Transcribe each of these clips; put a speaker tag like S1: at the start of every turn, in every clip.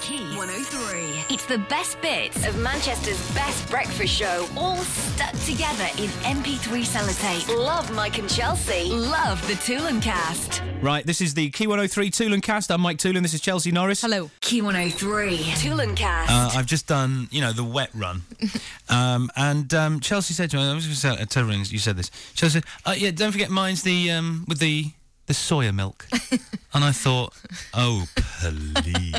S1: Key 103. It's the best bits of Manchester's best breakfast show, all stuck together in MP3 sellotape. Love Mike and Chelsea. Love the Toolin cast.
S2: Right, this is the Key 103 Toolin cast. I'm Mike Toolin. This is Chelsea Norris.
S3: Hello.
S1: Key 103. Toolin oh cast.
S2: Uh, I've just done, you know, the wet run. um, and um, Chelsea said to me, I was going to say, uh, tell her you said this. Chelsea said, uh, yeah, don't forget mine's the, um, with the, the soya milk. and I thought, oh, please.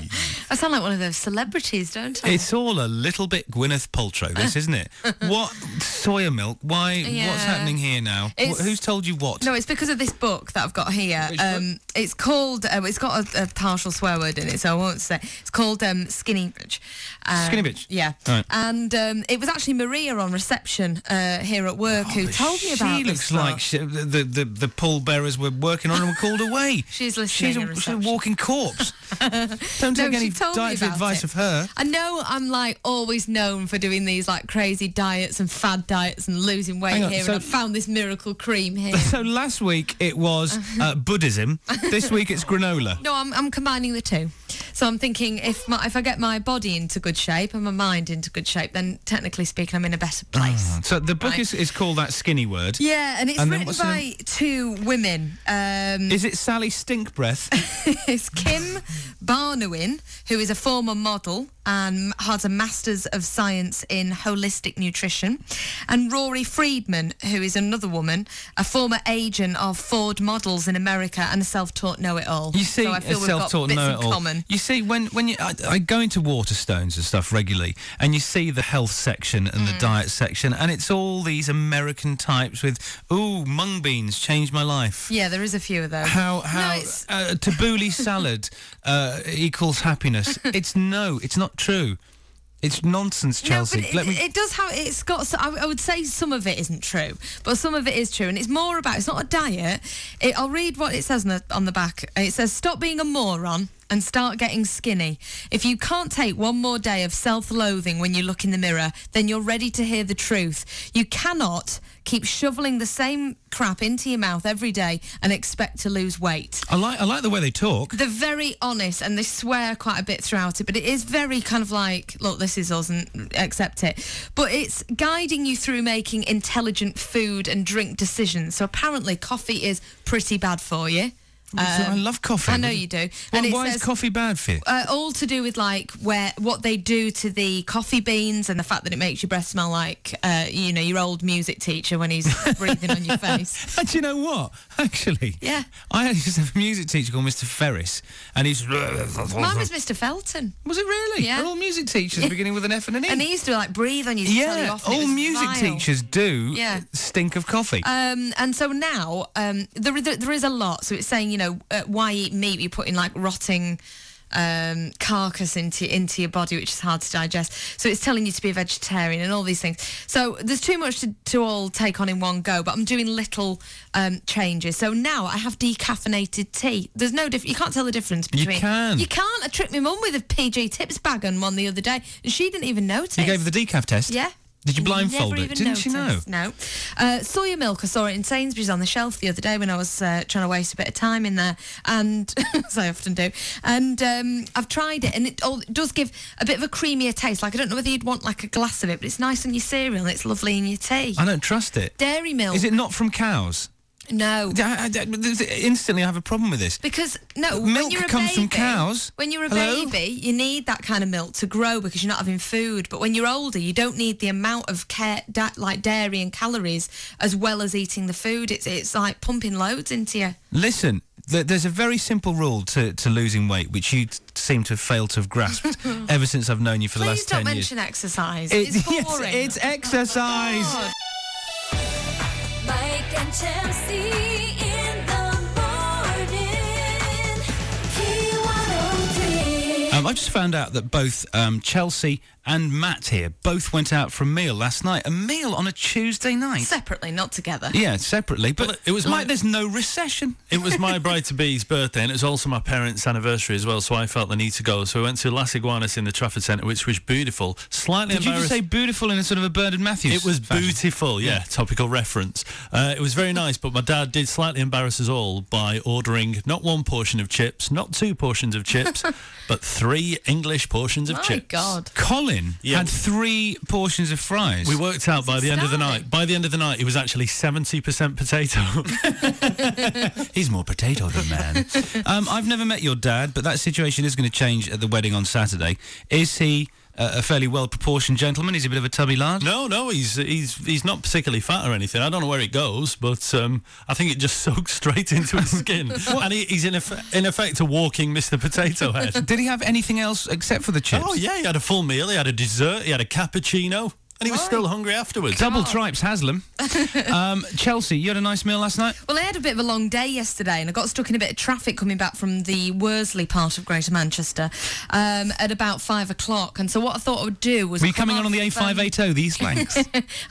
S3: I sound like one of those celebrities, don't I?
S2: It's all a little bit Gwyneth Paltrow, this, isn't it? What soya milk? Why? What's
S3: Yeah.
S2: happening here now? Wh-
S3: It's-
S2: Who's told you what?
S3: no, it's because of this book that I've got here.
S2: Which book?
S3: Um, it's called. Uh, it's got a, a partial swear word in it, so I won't say. It's called um, Skinny Bitch. Uh,
S2: Skinny bitch?
S3: Yeah.
S2: All right.
S3: And um, it was actually Maria on reception uh, here at work who
S2: But
S3: told me about.
S2: She
S3: this
S2: looks like
S3: book.
S2: she, the, the the pallbearers were working on and were called away.
S3: She's listening
S2: She's a,
S3: at
S2: she's a
S3: reception.
S2: walking corpse. Don't
S3: No,
S2: take any
S3: she told me
S2: dietary
S3: about
S2: advice
S3: it.
S2: of her.
S3: I know I'm like always known for doing these like crazy diets and fad diets and losing weight
S2: Hang on,
S3: here,
S2: so-
S3: and I found this miracle cream here.
S2: So last week it was uh, Buddhism. This week it's granola.
S3: No, I'm, I'm combining the two. So I'm thinking if my, if I get my body into good shape and my mind into good shape, then technically speaking, I'm in a better place.
S2: So the book
S3: Right.
S2: is, is called that skinny word.
S3: Yeah, and it's
S2: Ah. And then
S3: written
S2: what's her
S3: by two women. Um,
S2: Is it Sally Stinkbreath?
S3: it's Kim Barnowin, who is a former model and has a Master's of Science in Holistic Nutrition, and Rory Friedman, who is another woman, a former agent of Ford Models in America and a self-taught know-it-all.
S2: You see,
S3: so I feel
S2: a
S3: we've got
S2: self-taught
S3: bits in
S2: know-it-all.
S3: common.
S2: You see, when when you I, I go into Waterstones and stuff regularly, and you see the health section and
S3: Mm.
S2: the diet section, and it's all these American types with, ooh, mung beans changed my life.
S3: Yeah, there is a few of those.
S2: How how
S3: it's-
S2: uh, tabbouleh salad uh, equals happiness? It's no, it's not true. It's nonsense,
S3: No,
S2: Chelsea.
S3: but it,
S2: Let me.
S3: it does have. It's got. s- I, I would say some of it isn't true, but some of it is true, and it's more about. It's not a diet. It, I'll read what it says on the on the back. It says, "Stop being a moron." And start getting skinny. If you can't take one more day of self loathing when you look in the mirror, then you're ready to hear the truth. You cannot keep shoveling the same crap into your mouth every day and expect to lose weight.
S2: I like I like the way they talk.
S3: They're very honest and they swear quite a bit throughout it, but it is very kind of like, look, this is us and accept it. But it's guiding you through making intelligent food and drink decisions. So apparently, coffee is pretty bad for you.
S2: I love coffee.
S3: Um, I know you do.
S2: Why,
S3: And it
S2: why is
S3: says-
S2: coffee bad for you?
S3: Uh, all to do with like where what they do to the coffee beans and the fact that it makes your breath smell like uh, you know your old music teacher when he's breathing on your face.
S2: And do you know what? Actually,
S3: Yeah.
S2: I used to have a music teacher called Mr. Ferris, and he's.
S3: Mine was Mr. Felton,
S2: Was it really?
S3: Yeah.
S2: Are all music teachers beginning with an F and an E?
S3: and he used to like breathe on you. to tell you
S2: yeah,
S3: off, and it
S2: all
S3: was
S2: music
S3: vile.
S2: teachers do
S3: Yeah.
S2: stink of coffee.
S3: Um, and so now um, there, there, there is a lot. So it's saying, you know, uh, why eat meat? You're putting like rotting um, carcass into into your body, which is hard to digest. So it's telling you to be a vegetarian and all these things. So there's too much to, to all take on in one go. But I'm doing little um, changes. So now I have decaffeinated tea. There's no diff. You can't tell the difference between.
S2: can.
S3: You can't. I tricked my mum with a PG tips bag on one the other day, and she didn't even notice.
S2: you gave her the decaf test.
S3: Yeah.
S2: Did you blindfold
S3: Never
S2: it?
S3: even
S2: Didn't she know?
S3: noticed, No. Uh, soya milk. I saw it in Sainsbury's on the shelf the other day when I was uh, trying to waste a bit of time in there, and as I often do. And um, I've tried it, and it, all, it does give a bit of a creamier taste. Like I don't know whether you'd want like a glass of it, but it's nice in your cereal. and It's lovely in your tea.
S2: I don't trust it.
S3: Dairy milk.
S2: Is it not from cows?
S3: no.
S2: D- I- I- d- instantly, I have a problem with this.
S3: Because no,
S2: Milk
S3: when you're a
S2: comes
S3: baby,
S2: from cows.
S3: When you're a
S2: Hello?
S3: baby, you need that kind of milk to grow because you're not having food. But when you're older, you don't need the amount of care, da- like dairy and calories, as well as eating the food. It's it's like pumping loads into you.
S2: Listen, th- there's a very simple rule to, to losing weight, which you t- seem to have failed to have grasped ever since I've known you for the
S3: Please
S2: last
S3: don't
S2: 10 years.
S3: mention exercise.
S2: It-
S3: it's boring. Oh
S2: Yes, it's exercise.
S4: Mike and Chelsea in the morning. P103.
S2: Um, I just found out that both um, Chelsea and Matt here both went out for a meal last night. A meal on a Tuesday night.
S3: Separately, not together.
S2: yeah, separately, but
S5: Well,
S2: it
S5: it
S2: was
S5: was
S2: like
S5: my-
S2: there's no recession.
S5: It was my bride to be's birthday, and it was also my parents' anniversary as well. So I felt the need to go. So we went to Las Iguanas in the Trafford Centre, which was beautiful. Slightly
S2: Did you just
S5: embarrassed.
S2: say beautiful in a sort of a Bernard Matthews?
S5: It was
S2: fashion?
S5: beautiful, yeah, topical reference. Uh, it was very nice, but my dad did slightly embarrass us all by ordering not one portion of chips, not two portions of chips, but three. three English portions of
S3: My
S5: chips.
S3: God.
S2: Colin
S5: Yeah.
S2: had three portions of fries.
S5: We worked out by the end of the
S3: Starving.
S5: night. By the end of the night, it was actually seventy percent potato.
S2: He's more potato than man. um, I've never met your dad, but that situation is going to change at the wedding on Saturday. Is he uh, a fairly well proportioned gentleman? Is he a bit of a tubby lad?
S5: no, no, he's he's he's not particularly fat or anything. I don't know where it goes, but um, I think it just soaks straight into his skin, and he, he's in effect, in effect a walking Mr. Potato Head.
S2: Did he have anything else except for the chips?
S5: oh yeah, he had a full meal. He had a dessert. He had a cappuccino, and he was still hungry afterwards.
S2: Double tripes, Haslam. um, Chelsea, you had a nice meal last night.
S3: Well, I had a bit of a long day yesterday, and I got stuck in a bit of traffic coming back from the Worsley part of Greater Manchester um, at about five o'clock. And so, what I thought I would do was
S2: Were you
S3: come
S2: coming on on the
S3: off, um,
S2: A580, oh, the East Lanks?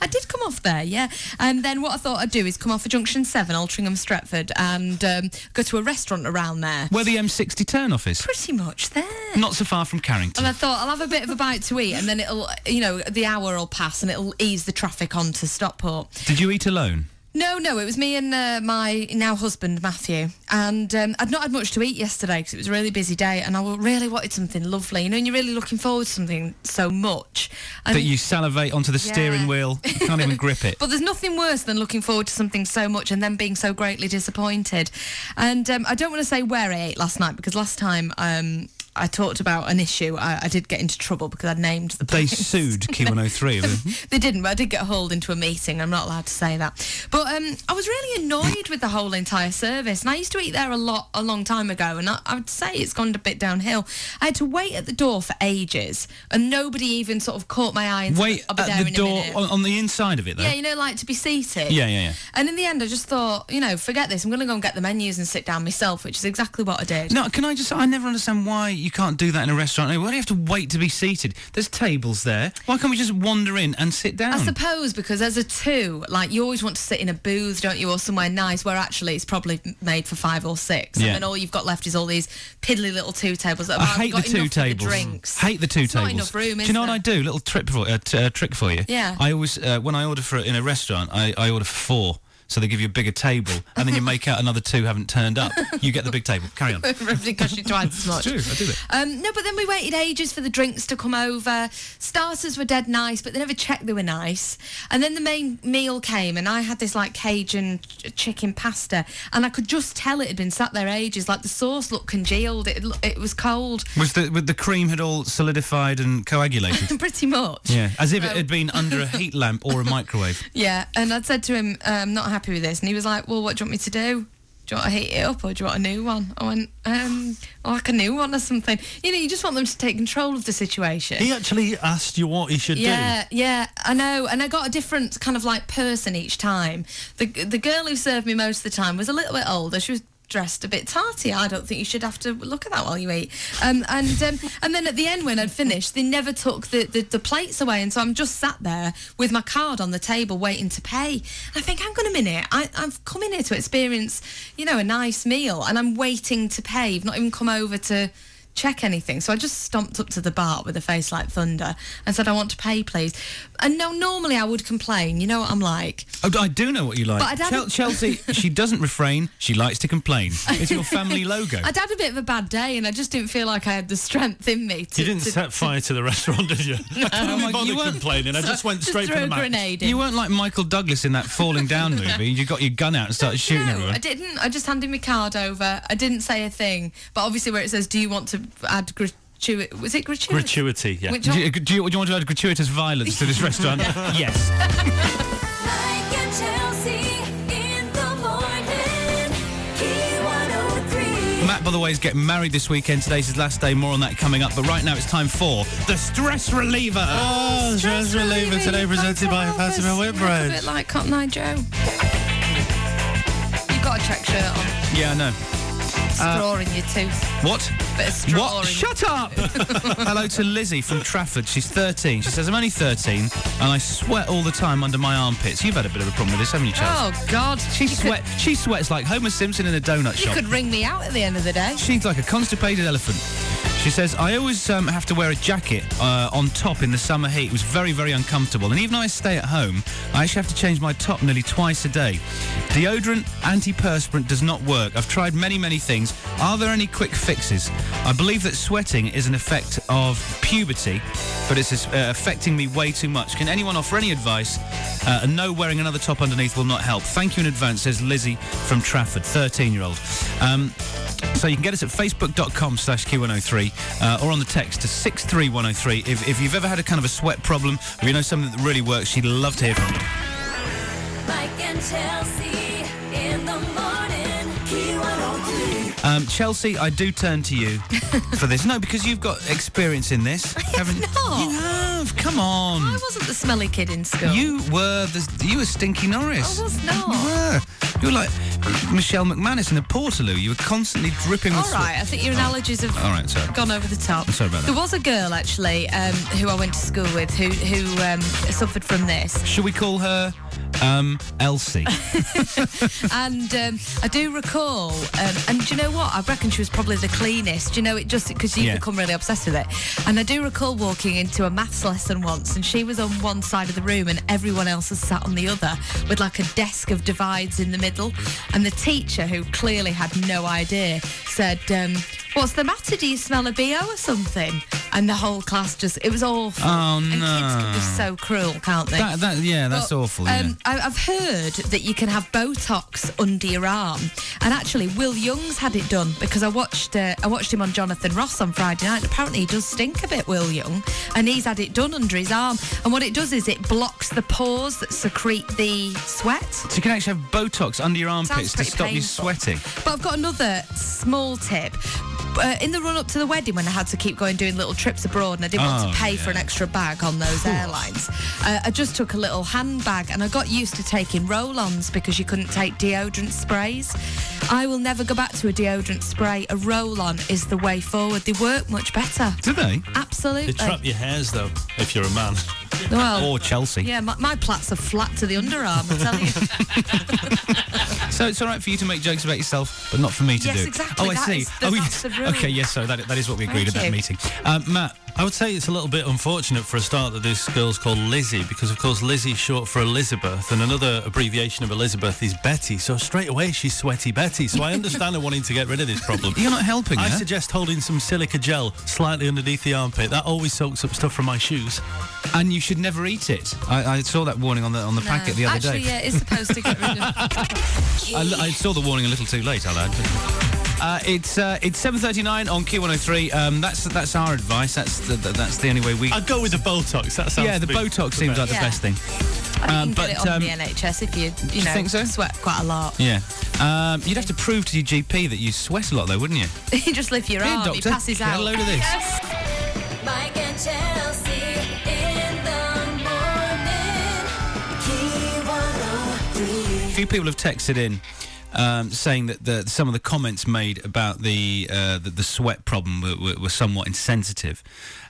S3: I did come off there, yeah. And then what I thought I'd do is come off of Junction 7, Altrincham, Stretford, and um, go to a restaurant around there.
S2: Where the M60 turn off is.
S3: Pretty much there.
S2: Not so far from Carrington.
S3: And I thought I'll have a bit of a bite to eat, and then it'll, you know, the hour will pass and it'll ease the traffic onto Stockport.
S2: Did you eat alone?
S3: No, no, it was me and uh, my now husband Matthew, and um, I'd not had much to eat yesterday because it was a really busy day, and I w- really wanted something lovely, you know, and you're really looking forward to something so much. And
S2: That you salivate onto the steering
S3: Yeah.
S2: wheel, you can't even grip it.
S3: But there's nothing worse than looking forward to something so much and then being so greatly disappointed. And um, I don't want to say where I ate last night because last time um, I talked about an issue, I, I did get into trouble because I named the
S2: They
S3: place.
S2: sued Q103. haven't they?
S3: They didn't, but I did get hauled into a meeting. I'm not allowed to say that. But um, I was really annoyed with the whole entire service. And I used to eat there a lot a long time ago. And I, I would say it's gone a bit downhill. I had to wait at the door for ages. And nobody even sort of caught my eye and
S2: Wait
S3: said, I'll be there
S2: at the
S3: in
S2: door
S3: a minute.
S2: on, on the inside of it, though.
S3: yeah, you know, like to be seated.
S2: Yeah, yeah, yeah.
S3: And in the end, I just thought, you know, forget this. I'm going to go and get the menus and sit down myself, which is exactly what I did.
S2: No, can I just? I never understand why you can't do that in a restaurant. Why do you have to wait to be seated? There's tables there. Why can't we just wander in and sit down?
S3: I suppose because as a two, like you always want to sit in a booth, don't you, or somewhere nice where actually it's probably m- made for five or six,
S2: Yeah.
S3: and then all you've got left is all these piddly little two tables. That
S2: I
S3: have
S2: hate the
S3: Um, got
S2: two
S3: enough for
S2: tables.
S3: The drinks.
S2: Hate the two
S3: It's not
S2: tables.
S3: enough room,
S2: do you
S3: is
S2: know what
S3: there?
S2: I do? Little trip for uh, t- uh, trick for you.
S3: Yeah.
S2: I always uh, when I order for in a restaurant, I, I order for four. So they give you a bigger table, and then you make out another two haven't turned up. You get the big table. Carry on.
S3: Everything costs you twice as much.
S2: true, I do it.
S3: Um, no, but then we waited ages for the drinks to come over. Starters were dead nice, but they never checked they were nice. And then the main meal came, and I had this like Cajun ch- chicken pasta, and I could just tell it had been sat there ages. Like the sauce looked congealed, it, lo- it was cold,
S2: Was the with the cream had all solidified and coagulated?
S3: pretty much.
S2: yeah, as if it
S3: No.
S2: had been under a heat lamp or a microwave.
S3: Yeah, and I'd said to him, uh, I'm not happy with this. And he was like, Well, what do you want me to do? Do you want to heat it up or do you want a new one? I went, um, like a new one or something. You know, you just want them to take control of the situation.
S5: He actually asked you what he should do.
S3: Yeah, yeah, I know, and I got a different kind of like person each time. The the girl who served me most of the time was a little bit older. She was dressed a bit tarty. I don't think you should have to look at that while you eat. Um, and um, and then at the end when I'd finished, they never took the, the the plates away, and so I'm just sat there with my card on the table waiting to pay. I think, hang on a minute, I, I've come in here to experience, you know, a nice meal, and I'm waiting to pay. You've not even come over to check anything. So I just stomped up to the bar with a face like thunder and said, I want to pay, please. And no, normally I would complain. You know what I'm like?
S2: Oh, I do know what you like.
S3: But I'd have
S2: Chel-
S3: a-
S2: Chelsea, she doesn't refrain. She likes to complain. It's your family logo.
S3: I'd had a bit of a bad day and I just didn't feel like I had the strength in me to.
S5: You didn't
S3: to-
S5: set fire to the restaurant, did you? I couldn't
S2: my-
S5: be bothered
S2: you weren't-
S5: complaining. I just went
S3: just
S5: straight
S3: throw
S5: for the
S3: a
S5: match.
S3: grenade in.
S2: You weren't like Michael Douglas in that falling down movie. You got your gun out and started shooting
S3: no,
S2: everyone.
S3: I didn't. I just handed my card over. I didn't say a thing. But obviously, where it says, "Do you want to add gratuity?" Was it gratuity?
S5: Gratuity, yeah.
S3: Which
S2: Do you, do, you, do you want to add gratuitous violence to this restaurant? yes.
S4: Mike and Chelsea in the morning. oh Key 103.
S2: Matt, by the way, is getting married this weekend. Today's his last day. More on that coming up. But right now, it's time for the stress reliever.
S5: Oh,
S3: Stress reliever
S5: today presented by Fatima
S3: A
S5: Whitbread.
S3: bit like Cotton Eye Joe. You've got a check shirt on.
S2: Yeah, I know.
S5: Uh,
S3: Straw in your tooth.
S2: What?
S3: Bit of straw
S2: What?
S3: in your
S2: Shut up! Hello to Lizzie from Trafford. She's 13. She says, I'm only 13 and I sweat all the time under my armpits. You've had a bit of a problem with this, haven't you, Charles?
S3: Oh God,
S2: She
S3: You could-
S2: sweat. She sweats like Homer Simpson in a donut
S3: You
S2: shop.
S3: could ring me out at the end of the day.
S2: She's like a constipated elephant. She says, I always um, have to wear a jacket uh, on top in the summer heat. It was very, very uncomfortable. And even though I stay at home, I actually have to change my top nearly twice a day. Deodorant, antiperspirant does not work. I've tried many, many things. Are there any quick fixes? I believe that sweating is an effect of puberty, but it's uh, affecting me way too much. Can anyone offer any advice? Uh, and no, wearing another top underneath will not help. Thank you in advance, says Lizzie from Trafford, 13-year-old. Um, so you can get us at facebook.com slash Q103 uh, or on the text to 63103. If, if you've ever had a kind of a sweat problem or you know something that really works, she'd love to hear from you.
S4: Mike and Chelsea in the morning. Q103.
S2: Um, Chelsea, I do turn to you for this. No, because you've got experience in this. haven't you?
S3: not.
S2: You have. Come on.
S3: I wasn't the smelly kid in school.
S2: You were the you were Stinky Norris.
S3: I was not.
S2: You were. You were like Michelle McManus in a Portaloo. You were constantly dripping with
S3: All right, I think your analogies have
S2: All right, sorry.
S3: gone over the top.
S2: sorry about that.
S3: There was a girl actually um, who I went to school with who who um, suffered from this,
S2: sweat. Should we call her um, Elsie?
S3: and um, I do recall. Um, and do you know what? I reckon she was probably the cleanest. Do you know it just because you
S2: Yeah.
S3: become really obsessed with it. And I do recall walking into a maths lesson once, and she was on one side of the room, and everyone else was sat on the other, with like a desk of divides in the middle. And the teacher, who clearly had no idea, said. Um, What's the matter? Do you smell a BO or something? And the whole class just, it was awful.
S2: Oh,
S3: and kids can
S2: no.
S3: be so cruel, can't they?
S2: that, that, yeah, that's
S3: But,
S2: awful. yeah.
S3: Um, I, I've heard that you can have Botox under your arm, and actually, Will Young's had it done because I watched uh, I watched him on Jonathan Ross on Friday night. Apparently, he does stink a bit, Will Young, and he's had it done under his arm. And what it does is it blocks the pores that secrete the sweat.
S2: So you can actually have Botox under your armpits to
S3: pretty
S2: stop you
S3: painful.
S2: sweating.
S3: But I've got another small tip. Uh, in the run up to the wedding, when I had to keep going doing little trips abroad and I didn't want
S2: Oh,
S3: to pay for an
S2: yeah.
S3: extra bag on those airlines, uh, I just took a little handbag and I got used to taking roll ons because you couldn't take deodorant sprays. I will never go back to a deodorant spray. A roll on is the way forward. They work much better.
S2: Do they? Oh,
S5: They
S3: Absolutely.
S5: trap your hairs though, if you're a man.
S3: Well,
S2: Or Chelsea.
S3: yeah, my, my plaits are flat to the underarm, I tell you.
S2: So it's all right for you to make jokes about yourself, but not for me to
S3: Yes,
S2: do.
S3: exactly,
S2: Oh, I
S3: that
S2: see.
S3: is the-
S2: oh,
S3: that's the rule.
S2: okay, yes, so that, that is what we agreed at that
S3: you.
S2: meeting. Um, Matt,
S5: Uh, I would say it's a little bit unfortunate for a start that this girl's called Lizzie because, of course, Lizzie's short for Elizabeth, and another abbreviation of Elizabeth is Betty. So straight away she's sweaty Betty. So I understand her wanting to get rid of this problem.
S2: you're not helping
S5: I
S2: her.
S5: suggest holding some silica gel slightly underneath the armpit. That always soaks up stuff from my shoes.
S2: and you should never eat it. I, I saw that warning on the on the packet the other
S3: Actually,
S2: day.
S3: yeah, it's supposed to get rid of.
S2: I, l- I saw the warning a little too late, I'll add. Uh, it's uh, it's 7:39 on Q103. Um, that's that's our advice. That's the, the, that's the only way we.
S5: I'd go with the Botox. That sounds
S2: yeah, the
S5: to be
S2: Botox seems like
S5: best.
S2: the
S3: Yeah.
S2: best thing.
S3: I think
S2: Um,
S3: you can
S2: but,
S3: get it on
S2: um,
S3: the NHS if you, you know,
S2: think so?
S3: sweat quite a lot.
S2: Yeah, um, you'd have to prove to your GP that you sweat a lot, though, wouldn't you?
S3: he just lifts your
S2: Here,
S3: arm, he
S2: doctor,
S3: passes
S2: get
S3: out.
S2: a load of this.
S4: Mike and Chelsea in the morning. Q103.
S2: A few people have texted in um, saying that the, some of the comments made about the uh, the, the sweat problem were, were, were somewhat insensitive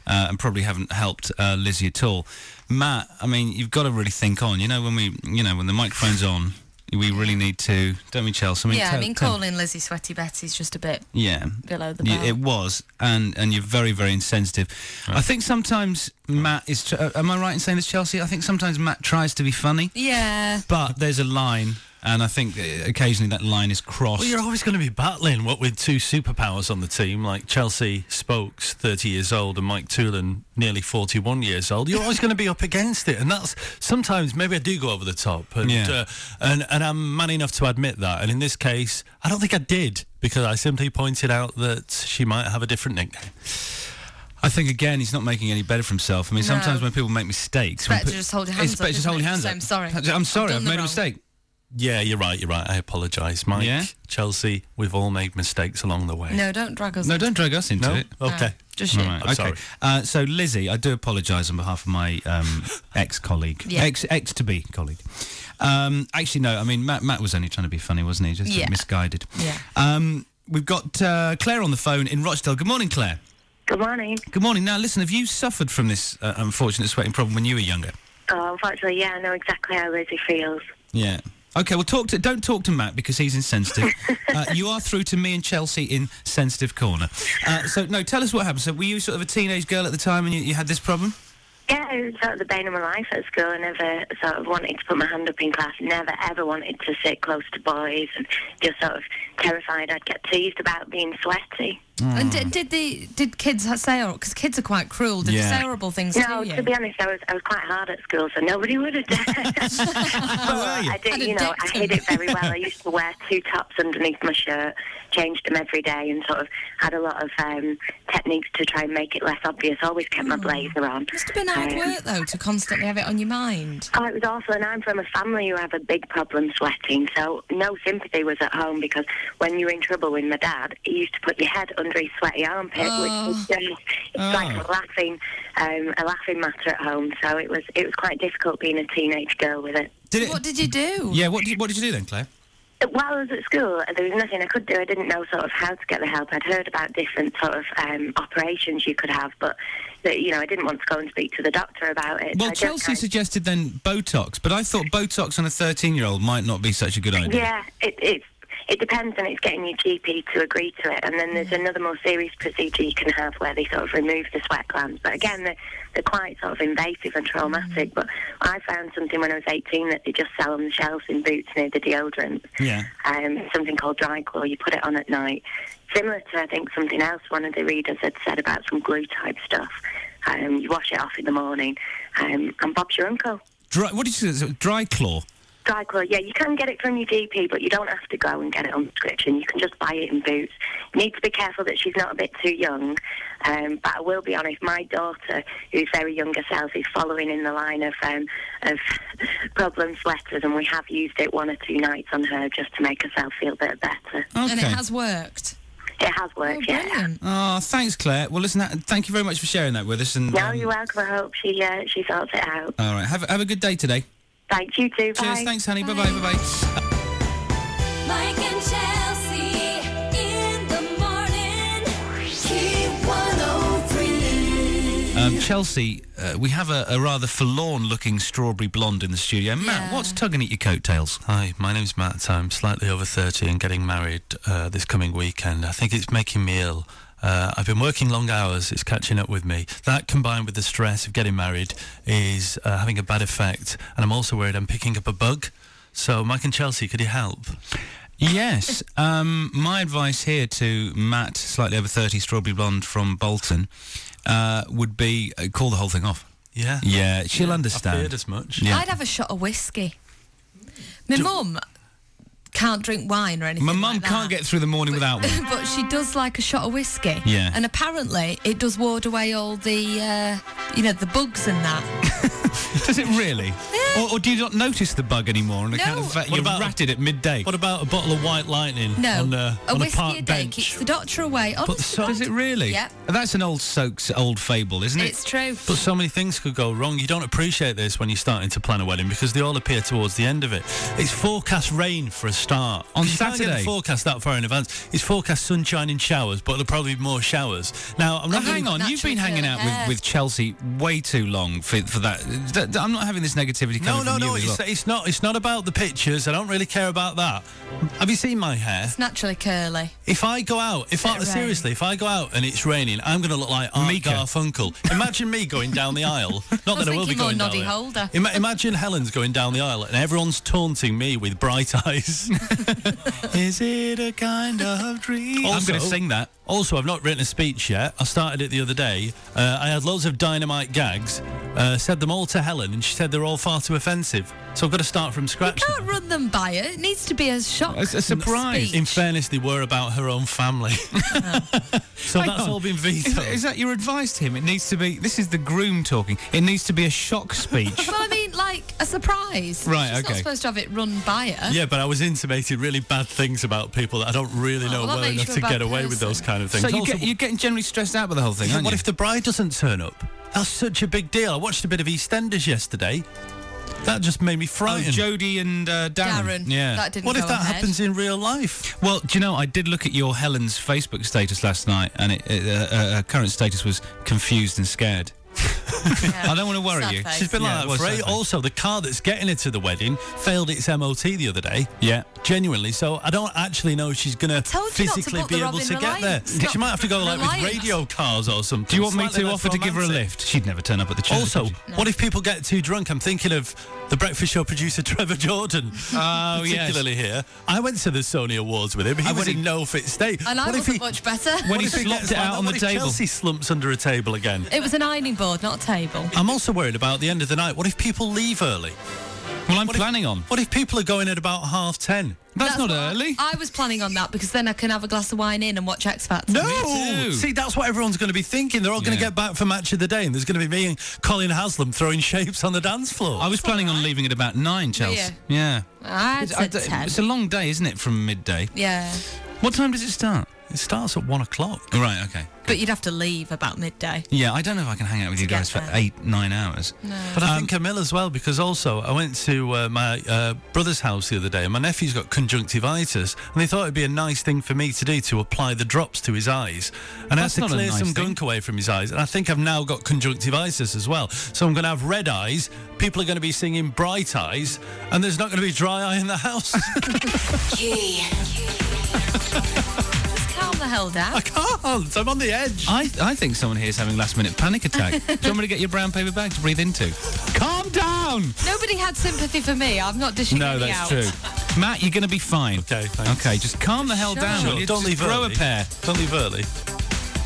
S2: uh, and probably haven't helped uh, Lizzie at all. Matt, I mean, you've got to really think on. You know, when we, you know, when the microphone's on, we really need to, don't we, Chelsea?
S3: yeah, I
S2: tell-
S3: mean,
S2: tell-
S3: calling Lizzie Sweaty Betty's just a bit.
S2: yeah.
S3: below the
S2: You-
S3: bar.
S2: it was, and and you're very very insensitive. I think sometimes Matt is. Tr- uh, am I right in saying this, Chelsea? I think sometimes Matt tries to be funny,
S3: Yeah.
S2: but there's a line, and I think uh, occasionally that line is crossed.
S5: Well, you're always going to be battling what with two superpowers on the team, like Chelsea Spokes, 30 years old, and Mike Toolan, nearly 41 years old. You're always going to be up against it, and that's sometimes maybe I do go over the top, and
S2: Yeah.
S5: uh, and and I'm man enough to admit that. And in this case, I don't think I did because I simply pointed out that she might have a different nickname.
S2: I think again, he's not making any better for himself. I mean,
S3: No.
S2: sometimes when people make mistakes,
S3: It's
S2: when
S3: better
S2: pe-
S3: to just hold your hands
S2: it's
S3: up,
S2: better just
S3: isn't
S2: hold your
S3: it?
S2: hands
S3: So
S2: up.
S3: I'm sorry.
S2: I'm
S3: I've
S2: sorry. I've
S3: done the
S2: made a
S3: wrong.
S2: mistake.
S5: Yeah, you're right. You're right. I apologise, Mike.
S2: Yeah?
S5: Chelsea, we've all made mistakes along the way.
S3: No, don't drag us.
S2: No, don't drag us into
S5: No?
S2: it.
S5: Okay.
S3: Just you.
S2: All right,
S5: I'm
S2: okay.
S5: sorry.
S2: Uh, so, Lizzie, I do apologise on behalf of my um, ex-colleague,
S3: Yeah.
S2: ex ex to be colleague. Um, actually, no. I mean, Matt Matt was only trying to be funny, wasn't he? Just
S3: Yeah.
S2: misguided.
S3: Yeah.
S2: Um, we've got uh, Claire on the phone in Rochdale. Good morning, Claire.
S6: Good morning.
S2: Good morning. Now, listen, have you suffered from this uh, unfortunate sweating problem when you were younger?
S6: Oh, unfortunately, yeah, I know exactly how Lizzie feels.
S2: Yeah. Okay, well, talk to don't talk to Matt because he's insensitive. uh, you are through to me and Chelsea in sensitive corner. Uh, so no, tell us what happened. So were you sort of a teenage girl at the time and you, you had this problem?
S7: Yeah, it was sort of the bane of my life at school. I never sort of wanted to put my hand up in class, never ever wanted to sit close to boys, and just sort of terrified I'd get teased about being sweaty.
S3: And
S7: Hmm.
S3: did, did the did kids ha- say because kids are quite cruel? Did
S2: Yeah.
S3: they say horrible things
S7: No,
S3: to you?
S7: to be honest, I was I was quite hard at school, so nobody would have dared.
S2: were you?
S7: I did,
S3: An
S7: you know, I
S3: addictive.
S7: hid it very well. I used to wear two tops underneath my shirt, changed them every day, and sort of had a lot of um, techniques to try and make it less obvious. Always kept my blazer on.
S3: Hmm. Must have been hard
S7: Um,
S3: work though to constantly have it on your mind.
S7: Oh, it was awful, and I'm from a family who have a big problem sweating, so no sympathy was at home because when you were in trouble with my dad, he used to put your head under his sweaty armpit, which
S2: Oh.
S7: was just, it's like a laughing, um, a laughing matter at home. So it was it was quite difficult being a teenage girl with it.
S2: Did it?
S3: What did you do?
S2: yeah. What did you, what did you do then, Claire?
S7: While I was at school, there was nothing I could do. I didn't know sort of how to get the help. I'd heard about different sort of um, operations you could have, but that, you know I didn't want to go and speak to the doctor about it.
S2: Well,
S7: I just
S2: Chelsea
S7: kind of-
S2: suggested then Botox, but I thought Botox on a 13-year-old might not be such a good idea.
S7: Yeah, it, it's, it depends, and it's getting your GP to agree to it. And then there's another more serious procedure you can have where they sort of remove the sweat glands. But again, they're, they're quite sort of invasive and traumatic. But I found something when I was 18 that they just sell on the shelves in Boots near the deodorant.
S2: Yeah.
S7: Um, something called dry claw. You put it on at night. Similar to, I think, something else one of the readers had said about some glue type stuff. Um, you wash it off in the morning, um, and Bob's your uncle.
S2: Dry, what did you say? Dry claw.
S7: Dry claw, yeah, you can get it from your GP, but you don't have to go and get it on prescription. You can just buy it in Boots. You need to be careful that she's not a bit too young. Um, but I will be honest, my daughter, who's very young herself, is following in the line of um, of problem sweaters, and we have used it one or two nights on her just to make herself feel a bit better.
S2: Okay.
S3: And it has worked.
S7: It has
S3: Oh,
S7: worked, yeah.
S3: brilliant.
S2: Oh, thanks, Claire. Well, listen, ha- thank you very much for sharing that with us. And
S7: No,
S2: um,
S7: you're welcome. I hope she uh, she sorts it out.
S2: All right. Have, a- have a good day today.
S7: Thanks, you too.
S2: Cheers.
S7: Bye.
S2: Thanks, honey. Bye bye. Bye bye.
S4: Mike and Chelsea in the morning. Key 103.
S2: Um, Chelsea, uh, we have a, a rather forlorn looking strawberry blonde in the studio. Matt,
S3: Yeah.
S2: what's tugging at your coattails?
S5: Hi, my name's Matt. I'm slightly over 30 and getting married uh, this coming weekend. I think it's making me ill. Uh, I've been working long hours. It's catching up with me. That combined with the stress of getting married is uh, having a bad effect. And I'm also worried I'm picking up a bug. So, Mike and Chelsea, could you help?
S2: Yes. Um, my advice here to Matt, slightly over 30, strawberry blonde from Bolton, uh, would be uh, call the whole thing off.
S5: Yeah.
S2: Yeah, she'll
S5: I
S2: understand.
S5: feared as much.
S2: Yeah.
S3: I'd have a shot of whiskey. My mum can't drink wine or anything.
S2: My mum
S3: like that.
S2: can't get through the morning without one.
S3: but she does like a shot of whiskey.
S2: Yeah.
S3: And apparently, it does ward away all the, uh, you know, the bugs and that.
S2: Does it really? Or, or do you not notice the bug anymore on account of the
S3: No.
S2: fact
S5: What
S2: you're
S5: about-
S2: ratted at midday?
S5: What about a bottle of white lightning
S3: No.
S5: on, uh,
S3: a
S5: on a
S3: whiskey
S5: park
S3: a day
S5: bench?
S3: keeps the doctor away.
S5: But
S3: Obviously,
S5: so,
S2: Does it really?
S3: Yep.
S2: That's an old soak's old fable, isn't it?
S3: it's true.
S5: But so many things could go wrong. You don't appreciate this when you're starting to plan a wedding because they all appear towards the end of it. It's forecast rain for a start.
S2: On
S5: You can't get the
S2: Saturday?
S5: forecast that far in advance. It's forecast sunshine and showers, but there'll probably be more showers. Now, I'm
S2: Now,
S5: not
S2: hang
S5: gonna-
S2: on, you've been
S3: Naturally
S2: hanging out with,
S3: hair.
S2: with Chelsea way too long for, for that. Th- th- I'm not having this negativity
S5: No,
S2: coming
S5: no,
S2: from
S5: no.
S2: you as
S5: It's,
S2: well.
S5: it's not. It's not about the pictures. I don't really care about that. Have you seen my hair?
S3: It's naturally curly.
S5: If I go out, if I
S3: Bit of rain.
S5: seriously, if I go out and it's raining, I'm going to look like Art
S2: Mika.
S5: Garfunkel. Imagine me going down the aisle. Not
S3: I was
S5: that I will be
S3: thinking more
S5: going down
S3: Noddy
S5: the aisle.
S3: Holder.
S5: Ima- imagine Helen's going down the aisle and everyone's taunting me with bright eyes. Is it a kind of dream?
S2: I'm going to sing that.
S5: Also, I've not written a speech yet. I started it the other day. Uh, I had loads of dynamite gags. Uh, said them all to Helen, and she said they're all far too offensive. So I've got to start from
S3: You
S5: scratch. now.
S3: can't run them by her. It needs to be a shock.
S2: It's a surprise.
S3: speech.
S5: In fairness, they were about her own family. so
S2: Hang
S5: that's
S2: on.
S5: all been
S2: Is,
S5: vetoed.
S2: is that your advice to him? It needs to be. This is the groom talking. It needs to be a shock speech.
S3: But I mean, like a surprise.
S2: Right,
S3: She's
S2: okay.
S3: not supposed to have it run by her.
S5: yeah, but I was intimated really bad things about people that I don't really know
S3: well, that
S5: well,
S3: makes
S5: enough
S3: you a
S5: to
S3: bad
S5: get away with
S3: person.
S5: those kind of things.
S2: so you
S5: Also,
S2: get, you're getting generally stressed out by the whole thing,
S5: Yeah,
S2: aren't
S5: what
S2: you?
S5: if the bride doesn't turn up? That's such a big deal. I watched a bit of EastEnders yesterday. That just made me
S2: Oh,
S5: frightened.
S2: Jodie and uh, Darren.
S3: Darren.
S2: Yeah.
S3: That didn't
S5: what
S3: go
S5: if that
S3: ahead.
S5: happens in real life?
S2: Well, do you know, I did look at your Helen's Facebook status last night, and it, it, uh, uh, her current status was confused and scared. I don't want to worry
S3: Sad
S2: you.
S3: face.
S2: She's been
S5: Yeah,
S2: like that.
S5: Ray, also, the car that's getting her to the wedding failed its MOT the other day.
S2: Yeah.
S5: Genuinely, so I don't actually know if she's going to
S3: told you not to
S5: physically
S3: book
S5: be
S3: the
S5: able
S3: Robin
S5: to get there.
S3: Reliance. Not
S5: She might have to go like
S3: Reliance.
S5: with radio cars or something.
S2: Do you want me
S5: Slightly
S2: to
S5: less
S2: offer to give her a
S5: romantic.
S2: lift? She'd never turn up at the church.
S5: Also,
S2: would she?
S5: what if people get too drunk? I'm thinking of the Breakfast Show producer Trevor Jordan.
S2: Oh, yes.
S5: particularly here. I went to the Sony Awards with him. He
S2: And
S5: was
S2: when
S5: in
S2: he-
S5: no fit state.
S3: And I
S5: What if
S3: wasn't
S5: he-
S3: much better.
S2: when he
S5: what if
S2: slopped
S5: gets
S2: it
S5: like
S2: out
S5: that?
S2: on
S5: What
S2: the
S5: if
S2: table.
S5: Chelsea slumps under a table again.
S3: It was an ironing board, not a table.
S5: I'm also worried about the end of the night. What if people leave early?
S2: well, I'm
S5: What if-
S2: planning on.
S5: What if people are going at about half ten?
S2: That's, not
S3: what I-
S2: early.
S3: I, was planning on that because then I can have a glass of wine in and watch X Factor.
S2: Me too.
S5: See, that's what everyone's going to be thinking. They're all going to
S2: Yeah.
S5: get back for match of the day, and there's going to be me and Colin Haslam throwing shapes on the dance floor.
S2: I was planning on leaving at about nine, Chelsea. Yeah.
S3: I
S2: It's- I
S3: said
S2: d-
S3: ten.
S2: it's a long day, isn't it, from midday?
S3: Yeah,
S2: What time does it start?
S5: it starts at one o'clock.
S2: Right, okay.
S3: but you'd have to leave about midday.
S2: Yeah, I don't know if I can hang out with you
S3: get
S2: guys for
S3: there.
S2: eight, nine hours. No.
S5: But I think I'm ill as well because also I went to uh, my uh, brother's house the other day and my nephew's got conjunctivitis and they thought it'd be a nice thing for me to do to apply the drops to his eyes and I had
S2: That's
S5: to
S2: not a
S5: clear
S2: nice
S5: some
S2: thing.
S5: gunk away from his eyes and I think I've now got conjunctivitis as well so I'm going to have red eyes people are going to be singing bright eyes and there's not going to be dry eye in the house
S3: Just calm the hell down.
S5: I can't I'm on the edge
S2: I, I think someone here is having last minute panic attack. Do you want me to get your brown paper bag to breathe into? Calm down!
S3: Nobody had sympathy for me. I'm not dishing
S2: No,
S3: any
S2: that's
S3: out.
S2: true. Matt, you're going to be fine.
S5: Okay, thanks.
S2: Okay, just calm the hell
S3: Sure.
S2: down.
S5: Sure,
S2: will you?
S5: don't
S2: Just
S5: leave
S2: Grow
S5: early.
S2: a pair.
S5: don't leave early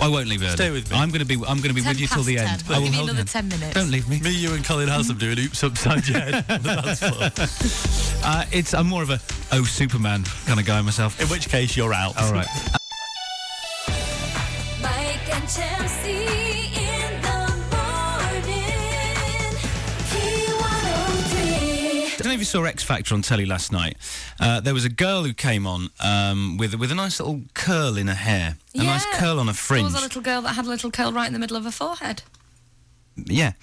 S2: I won't leave early.
S5: Stay with me.
S2: I'm going to be. I'm going to be
S3: Ten
S2: with you till
S3: past
S2: the
S3: ten.
S2: end.
S3: Give
S2: I
S3: me
S2: will hold
S3: another
S2: your hand.
S3: 10 minutes.
S2: Don't leave me.
S5: me you and Colin Haslam doing oops upside your head on the dance floor
S2: Uh, it's. I'm more of a oh Superman kind of guy myself.
S5: in which case you're out
S2: All right.
S4: Mike and Chelsea in the morning. P103.
S2: I don't know if you saw X Factor on telly last night. Uh, there was a girl who came on um, with with a nice little curl in her hair, a nice
S3: Yeah.
S2: curl on her
S3: There
S2: fringe.
S3: was a little girl that had a little curl right in the middle of her forehead.
S2: Yeah,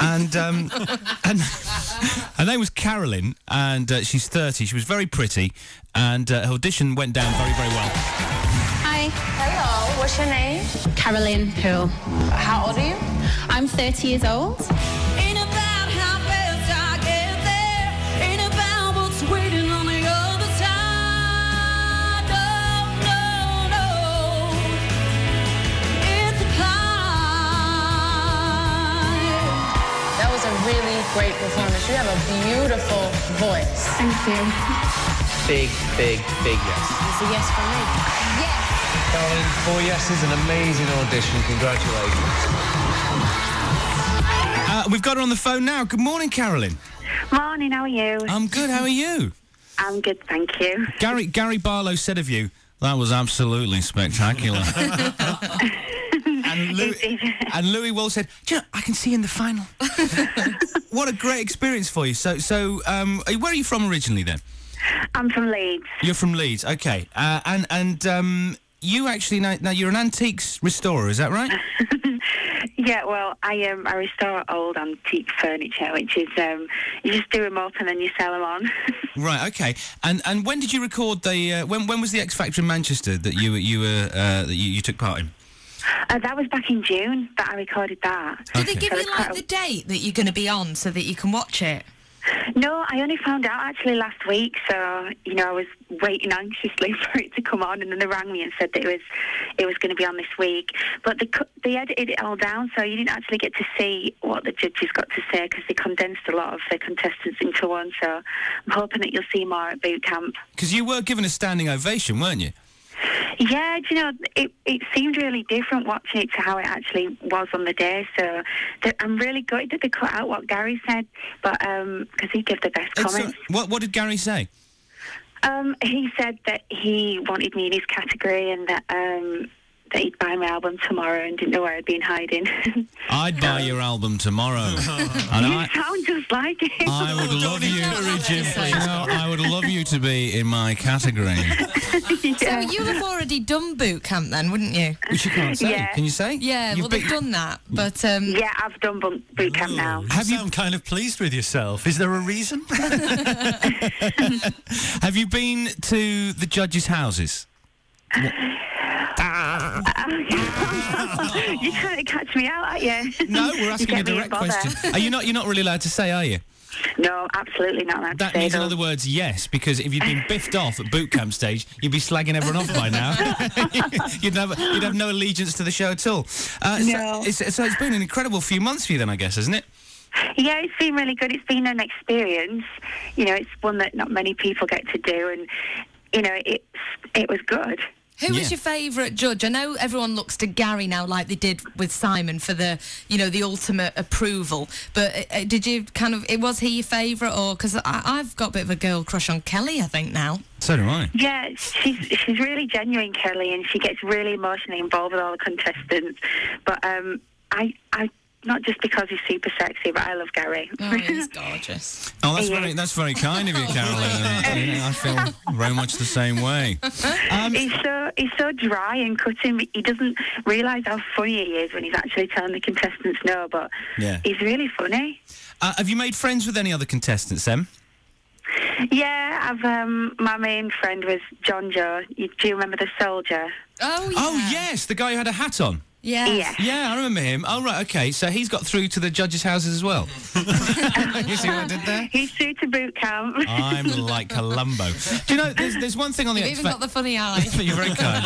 S2: and um, and her name was Carolyn, and uh, she's thirty. She was very pretty, and uh, her audition went down very very well.
S8: Hi. Hello. What's your name? Caroline Poole. How old are you? I'm 30 years old.
S4: Ain't about how fast I get there. Ain't about what's waiting on the other side. No, no, no. It's a climb.
S9: That was a really great performance. You have a beautiful voice.
S8: Thank you.
S10: Big, big, big yes.
S9: It's a yes for me.
S10: Darling, four yeses, an amazing audition. Congratulations.
S2: Uh, we've got her on the phone now. Good morning, Carolyn.
S7: Morning, how are you?
S2: I'm good. How are you?
S7: I'm good, thank you.
S2: Gary Gary Barlow said of you, that was absolutely spectacular. and, Lou- and Louis Wall said, Do you know, I can see you in the final. what a great experience for you. So, so um, are you- where are you from originally then?
S7: I'm from Leeds.
S2: You're from Leeds, okay. Uh, and and um, you actually, now, now you're an antiques restorer, is that right?
S7: Yeah, well, I um, I restore old antique furniture, which is um, you just do them up and then you sell them on.
S2: right, okay. And and when did you record the, uh, when, when was the X Factor in Manchester that you, were- you, were, uh, that you, you took part in?
S7: uh, that was back in June that I recorded that.
S3: Did they
S2: Okay.
S3: give you like the date that you're going to be on so that you can watch it?
S7: No, I only found out actually last week, so you know I was waiting anxiously for it to come on, and then they rang me and said that it was it was going to be on this week. But they cu- they edited it all down, so you didn't actually get to see what the judges got to say because they condensed a lot of the contestants into one. So I'm hoping that you'll see more at boot camp.
S2: Because you were given a standing ovation, weren't you?
S7: Yeah, do you know, it, it seemed really different watching it to how it actually was on the day. So th- I'm really gutted that they cut out what Gary said, but because he gave the best
S2: It's, uh,
S7: comments.
S2: what, what did Gary say?
S7: Um, he said that he wanted me in his category and that um, that he'd buy my album tomorrow and didn't know where I'd been hiding. you
S2: I'd buy your album tomorrow, and I,
S7: sound just like him.
S2: I would love you. You know, I would love you to be in my category.
S7: Yeah.
S3: So you have already done boot camp then, wouldn't you?
S2: Which you can't say.
S7: Yeah.
S2: Can you say?
S3: Yeah,
S2: You've
S3: well,
S2: been-
S3: they've done that. But um,
S7: yeah, I've done bu- boot camp now.
S5: Have you sound kind of pleased with yourself? Is there a reason?
S2: have you been to the judges' houses?
S7: You're trying to catch me out, aren't you?
S5: No, Oh, we're asking a
S7: get me
S5: direct
S7: bother.
S5: question. Are you not? You're not really allowed to say, are you?
S7: No, absolutely not. allowed to
S5: That
S7: say
S5: means, in
S7: those.
S5: other words, yes, because if you'd been biffed off at boot camp stage, you'd be slagging everyone off by now. you'd have you'd have no allegiance to the show at all. Uh,
S7: No.
S5: So it's, so it's been an incredible few months for you, then, I guess, hasn't it?
S7: Yeah, it's been really good. It's been an experience. You know, it's one that not many people get to do, and you know, it's it was good.
S3: Who was
S5: Yeah.
S3: your favourite judge? I know everyone looks to Gary now, like they did with Simon for the, you know, the ultimate approval. But uh, uh, did you kind of? It was he your favourite, or because I've got a bit of a girl crush on Kelly, I think now.
S5: So do I.
S7: Yeah, she's she's really genuine, Kelly, and she gets really emotionally involved with all the contestants. But um, I I not just because he's super sexy, but I love Gary.
S3: Oh, he's gorgeous.
S5: Oh, that's
S7: Yeah.
S5: very that's very kind of you, Caroline. You know, I feel very much the same way. Um,
S7: He's so he's so dry and cutting. but He doesn't realise how funny he is when he's actually telling the contestants no. But
S5: Yeah.
S7: he's really funny.
S5: uh, have you made friends with any other contestants, Em?
S7: Yeah, I've um, my main friend was John Joe. You, do you remember the soldier?
S3: Oh yeah.
S5: Oh yes, the guy who had a hat on.
S3: Yes.
S7: Yeah.
S5: Yeah, I remember him. Oh right, okay. So he's got through to the judges' houses as well. you see what I did there?
S7: He's through to boot camp.
S5: I'm like Columbo. Do you know? There's, there's one thing on the
S3: You've
S5: X
S3: even
S5: Fac-
S3: got the funny eye.
S5: You're very kind.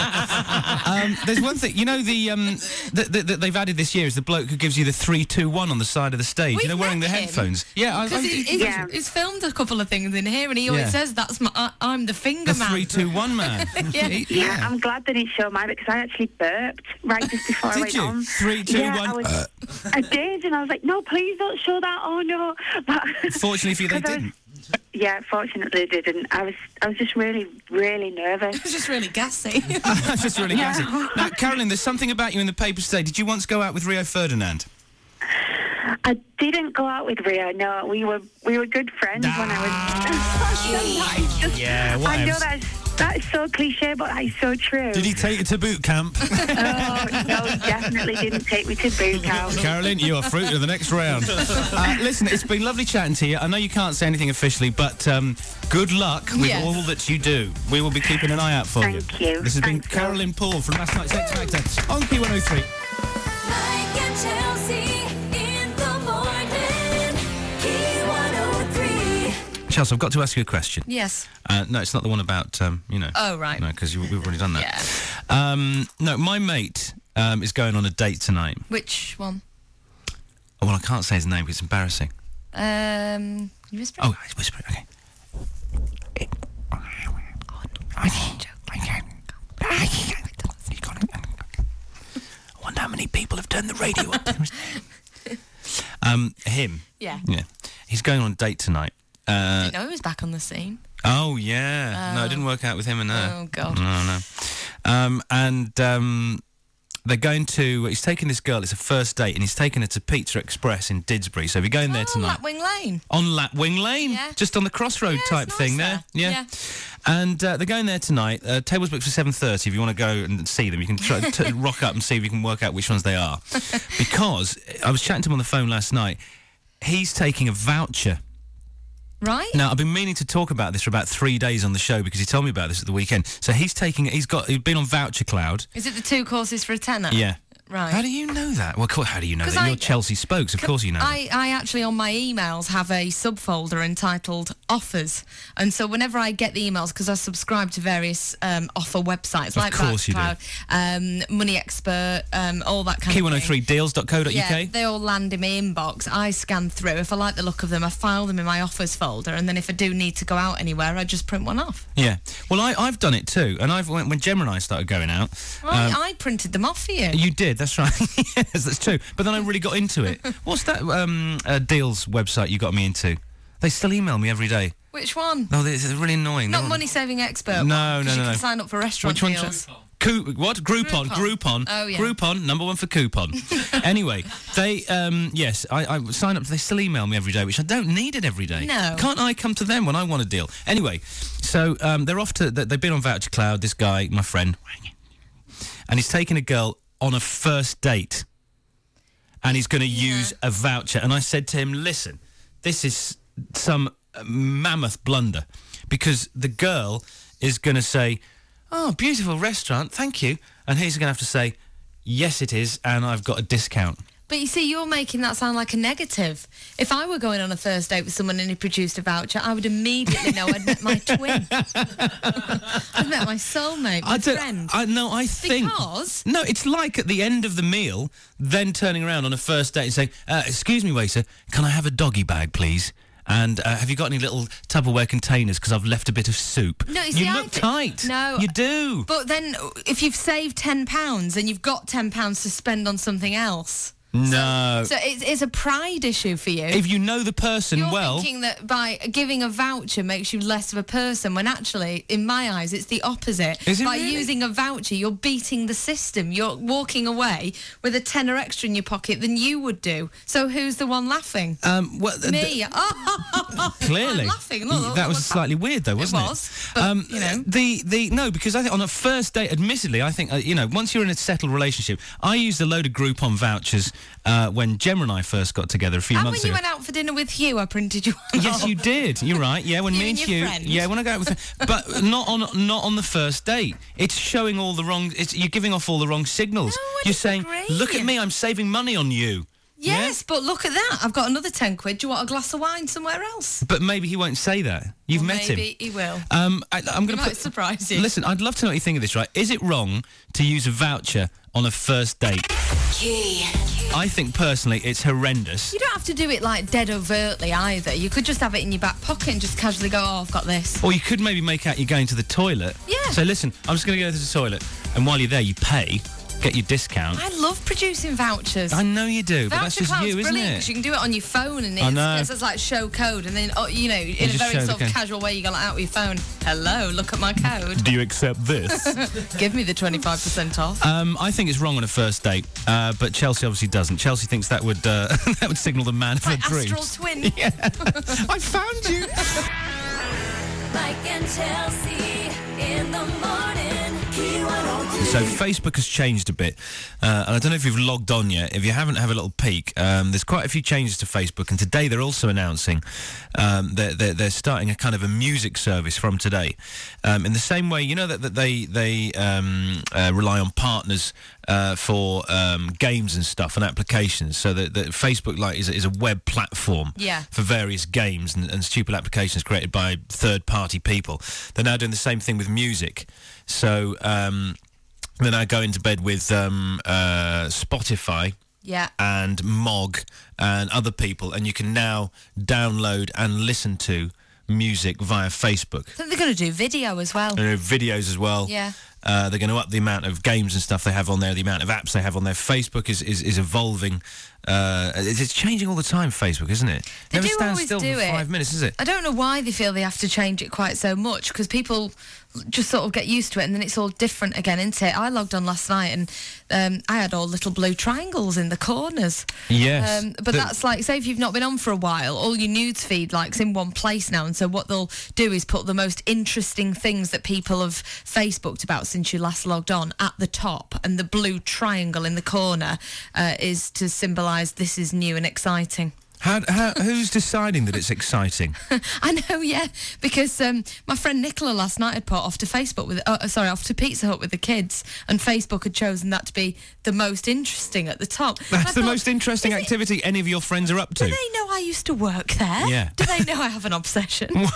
S5: um, there's one thing. You know the um, that the, that they've added this year is the bloke who gives you the three, two, one on the side of the stage. you
S3: We've
S5: know, wearing the
S3: met him.
S5: headphones. Yeah, I, I,
S3: Because he, he's,
S7: Yeah.
S3: he's filmed a couple of things in here, and he always
S5: Yeah.
S3: says, "That's my, I, I'm the finger
S5: the
S3: man."
S5: three, two, one man.
S3: Yeah.
S7: Yeah, I'm glad they didn't show mine because I actually burped right just before I
S5: Did
S7: went
S5: you?
S7: on.
S5: Three, two,
S7: yeah,
S5: one. Uh.
S7: I, was, I did, and I was like, no, please don't show that. Oh no! But
S5: Fortunately for you, they
S7: 'cause I was-
S5: didn't.
S7: Yeah, fortunately they didn't. I was I was just really really nervous.
S3: It's just really gassy.
S5: That's just really gassy. Now, Carolyn, there's something about you in the papers today. Did you once go out with Rio Ferdinand?
S7: I didn't go out with Rio. No, we were we were good friends when I was. Sometimes.
S5: Yeah,
S7: I know
S5: whatevs.
S7: that's that's so cliche, but that's so true.
S11: Did he take you to boot camp?
S7: Oh, no, he definitely didn't take me to boot camp.
S5: Carolyn, you are through to the next round. Uh, listen, it's been lovely chatting to you. I know you can't say anything officially, but um, good luck with
S3: Yes.
S5: all that you do. We will be keeping an eye out for you.
S7: Thank you.
S5: This has been
S7: Thanks, Phil.
S5: Carolyn Paul from last night's X Factor on P103.
S4: Mike and Chelsea in the morning. P103.
S5: Chelsea, I've got to ask you a question.
S3: yes.
S5: Uh, no, it's not the one about um, you know.
S3: Oh, right.
S5: No, because we've already done that. Um, no, my mate um, is going on a date tonight.
S3: Which one?
S5: Oh, well, I can't say his name. 'cause It's embarrassing.
S3: Um, you whisper.
S5: Oh, it's whispering. Okay. I wonder how many people have turned the radio up. um, him.
S3: Yeah.
S5: Yeah. He's going on a date tonight. Uh,
S3: No, he was back on the scene.
S5: oh yeah.
S3: Uh,
S5: No, it didn't work out with him and her.
S3: Oh, God.
S5: No, no. Um, and um, they're going to. He's taking this girl. It's a first date, and he's taking her to Pizza Express in Didsbury. So we're going there
S3: Oh,
S5: tonight
S3: Lapwing Lane.
S5: on Lapwing Lane,
S3: Yeah.
S5: just on the crossroad
S3: Yeah, it's
S5: type thing
S3: nice
S5: there.
S3: there.
S5: Yeah.
S3: Yeah.
S5: And uh, they're going there tonight. Uh, tables booked for seven thirty. If you want to go and see them, you can try t- rock up and see if you can work out which ones they are. because I was chatting to him on the phone last night. He's taking a voucher.
S3: Right?
S5: Now I've been meaning to talk about this for about three days on the show because he told me about this at the weekend. So he's taking. He's got. He's been on Voucher Cloud.
S3: Is it the two courses for a tenner?
S5: Yeah.
S3: Right.
S5: How do you know that? Well, of course- how do you know
S3: 'Cause
S5: that?
S3: I-
S5: You're Chelsea Spokes, of course you know. that.
S3: I, I actually on my emails have a subfolder entitled offers, and so whenever I get the emails because I subscribe to various um, offer websites like
S5: course you do.
S3: Vouchcloud, um, Money Expert, um, all that kind of thing.
S5: K103deals.co.uk.
S3: Yeah, they all land in my inbox. I scan through. If I like the look of them, I file them in my offers folder, and then if I do need to go out anywhere, I just print one off.
S5: Yeah. Well, I, I've done it too, and I've when, when Gemma and I started going out.
S3: I,
S5: um,
S3: I printed them off for you.
S5: you did, that's right. yes, that's true. But then I really got into it. What's that um, uh, deals website you got me into? They still email me every day.
S3: Which one?
S5: No, they- they're really annoying.
S3: Not
S5: They're-
S3: money saving expert.
S5: Mm. No,
S3: one, 'cause
S5: no,
S3: You
S5: no,
S3: can
S5: no.
S3: sign up for restaurant
S5: Which one's
S3: deals.
S5: Cou- what
S3: Groupon.
S5: Groupon, Groupon,
S3: Oh, yeah.
S5: Groupon, number one for coupon. anyway, they um, yes, I, I sign up. They still email me every day, which I don't need it every day.
S3: No.
S5: can't I come to them when I want a deal? Anyway, so um, they're off to. they- They've been on Voucher Cloud. This guy, my friend, and he's taking a girl on a first date, and he's going to use a voucher. And I said to him, "Listen, this is some mammoth blunder, because the girl is going to say." "Oh, beautiful restaurant, thank you." And he's going to have to say, "Yes, it is, and I've got a discount."
S3: But you see, you're making that sound like a negative. If I were going on a first date with someone and he produced a voucher, I would immediately know I'd met my twin. I've met my soulmate, my
S5: I don't.
S3: friend.
S5: I no. I think
S3: Because-
S5: no. It's like at the end of the meal, then turning around on a first date and saying, uh, "Excuse me, waiter, can I have a doggy bag, please?" And uh, have you got any little Tupperware containers? Because I've left a bit of soup.
S3: No, you see, I
S5: look
S3: d-
S5: tight.
S3: No.
S5: you do.
S3: But then, if you've saved ten pounds, then you've got ten pounds to spend on something else.
S5: no.
S3: So it's, it's a pride issue for you.
S5: if you know the person
S3: You're
S5: well,
S3: thinking that by giving a voucher makes you less of a person, when actually, in my eyes, it's the opposite.
S5: Is it
S3: by
S5: really?
S3: using a voucher, you're beating the system. You're walking away with a tenner extra in your pocket than you would do. So who's the one laughing?
S5: um, well, th- th-
S3: Me. Oh,
S5: clearly,
S3: I'm laughing.
S5: Y-
S3: Look, look,
S5: that was
S3: look.
S5: slightly Um, weird, though, wasn't it?
S3: was, but, you know.
S5: the the no, because I think on a first date, admittedly, I think uh, you know once you're in a settled relationship, I used a load of Groupon vouchers uh, when Gemma and I first got together a few
S3: And when
S5: months
S3: you
S5: ago.
S3: went out for dinner with Hugh, I printed you one
S5: Yes,
S3: off.
S5: you did. You're right. Yeah, when
S3: You
S5: me
S3: and
S5: and
S3: your
S5: Hugh.
S3: friend.
S5: Yeah, when I go out with, but not on not on the first date. It's showing all the wrong. It's, you're giving off all the wrong signals.
S3: No, I
S5: you're saying,
S3: disagree.
S5: "Look at me, I'm saving money on you." Yeah?
S3: Yes, but look at that. I've got another 10 quid. Do you want a glass of wine somewhere else?
S5: But maybe he won't say that. You've
S3: Well,
S5: met
S3: maybe
S5: him.
S3: he will.
S5: Um, I, I'm
S3: He
S5: going to
S3: might
S5: put.
S3: surprise you.
S5: Listen, I'd love to know what you think of this. Right? Is it wrong to use a voucher on a first date?
S4: Key.
S5: I think personally, it's horrendous.
S3: You don't have to do it like dead overtly either. You could just have it in your back pocket and just casually go, oh, I've got this.
S5: Or you could maybe make out you're going to the toilet.
S3: Yeah.
S5: So listen, I'm just going to go to the toilet, and while you're there, you pay, get your discount.
S3: I love producing vouchers.
S5: I know you do, but that's
S3: Voucher
S5: just
S3: cloud's
S5: you, isn't
S3: brilliant because
S5: it?
S3: you can do it on your phone and
S5: I
S3: it's,
S5: know.
S3: it says like show code and then, oh, you know, in a
S5: just
S3: very
S5: show the
S3: sort of
S5: code.
S3: casual way, you go like out with your phone. Hello, look at my code.
S5: Do you accept this?
S3: Give me the 25% off.
S5: um, I think it's wrong on a first date, uh, but Chelsea obviously doesn't. Chelsea thinks that would uh, that would signal the man of her
S3: Like astral
S5: dreams.
S3: twin.
S5: I found you.
S4: Mike and Chelsea in the morning. Key 103.
S5: So Facebook has changed a bit, uh, and I don't know if you've logged on yet. If you haven't, have a little peek. Um, there's quite a few changes to Facebook, and today they're also announcing um, they're, they're, they're starting a kind of a music service from today. Um, in the same way, you know that, that they they um, uh, rely on partners uh, for um, games and stuff and applications. So that, that Facebook like is, a- is a web platform
S3: Yeah.
S5: for various games and, and stupid applications created by third party people. They're now doing the same thing with music. So um, they're now going to bed with um, uh, Spotify
S3: Yeah.
S5: and Mog and other people, and you can now download and listen to music via Facebook.
S3: I think they're going to do video as well.
S5: There are videos as well.
S3: Yeah.
S5: Uh, they're going to up the amount of games and stuff they have on there, the amount of apps they have on there. Facebook is, is, is evolving. Uh, it's, it's changing all the time, Facebook, isn't it?
S3: They
S5: Never
S3: do
S5: stands
S3: always
S5: still
S3: do
S5: for
S3: it.
S5: five minutes, is it?
S3: I don't know why they feel they have to change it quite so much because people just sort of get used to it and then it's all different again, isn't it? I logged on last night and um, I had all little blue triangles in the corners. Um,
S5: Yes.
S3: but
S5: The-
S3: that's like, say, if you've not been on for a while, all your nudes feed like's in one place now. And so what they'll do is put the most interesting things that people have Facebooked about since you last logged on at the top. And the blue triangle in the corner uh, is to symbolise this is new and exciting.
S5: How, how, who's deciding that it's exciting?
S3: I know, yeah, because um, my friend Nicola last night had put off to Facebook with, uh, sorry, off to Pizza Hut with the kids, and Facebook had chosen that to be the most interesting at the top. And I
S5: That's the
S3: thought,
S5: most interesting
S3: "Does it-
S5: activity any of your friends are up to.
S3: do they know I used to work there?
S5: Yeah.
S3: Do they know I have an obsession?
S5: Who-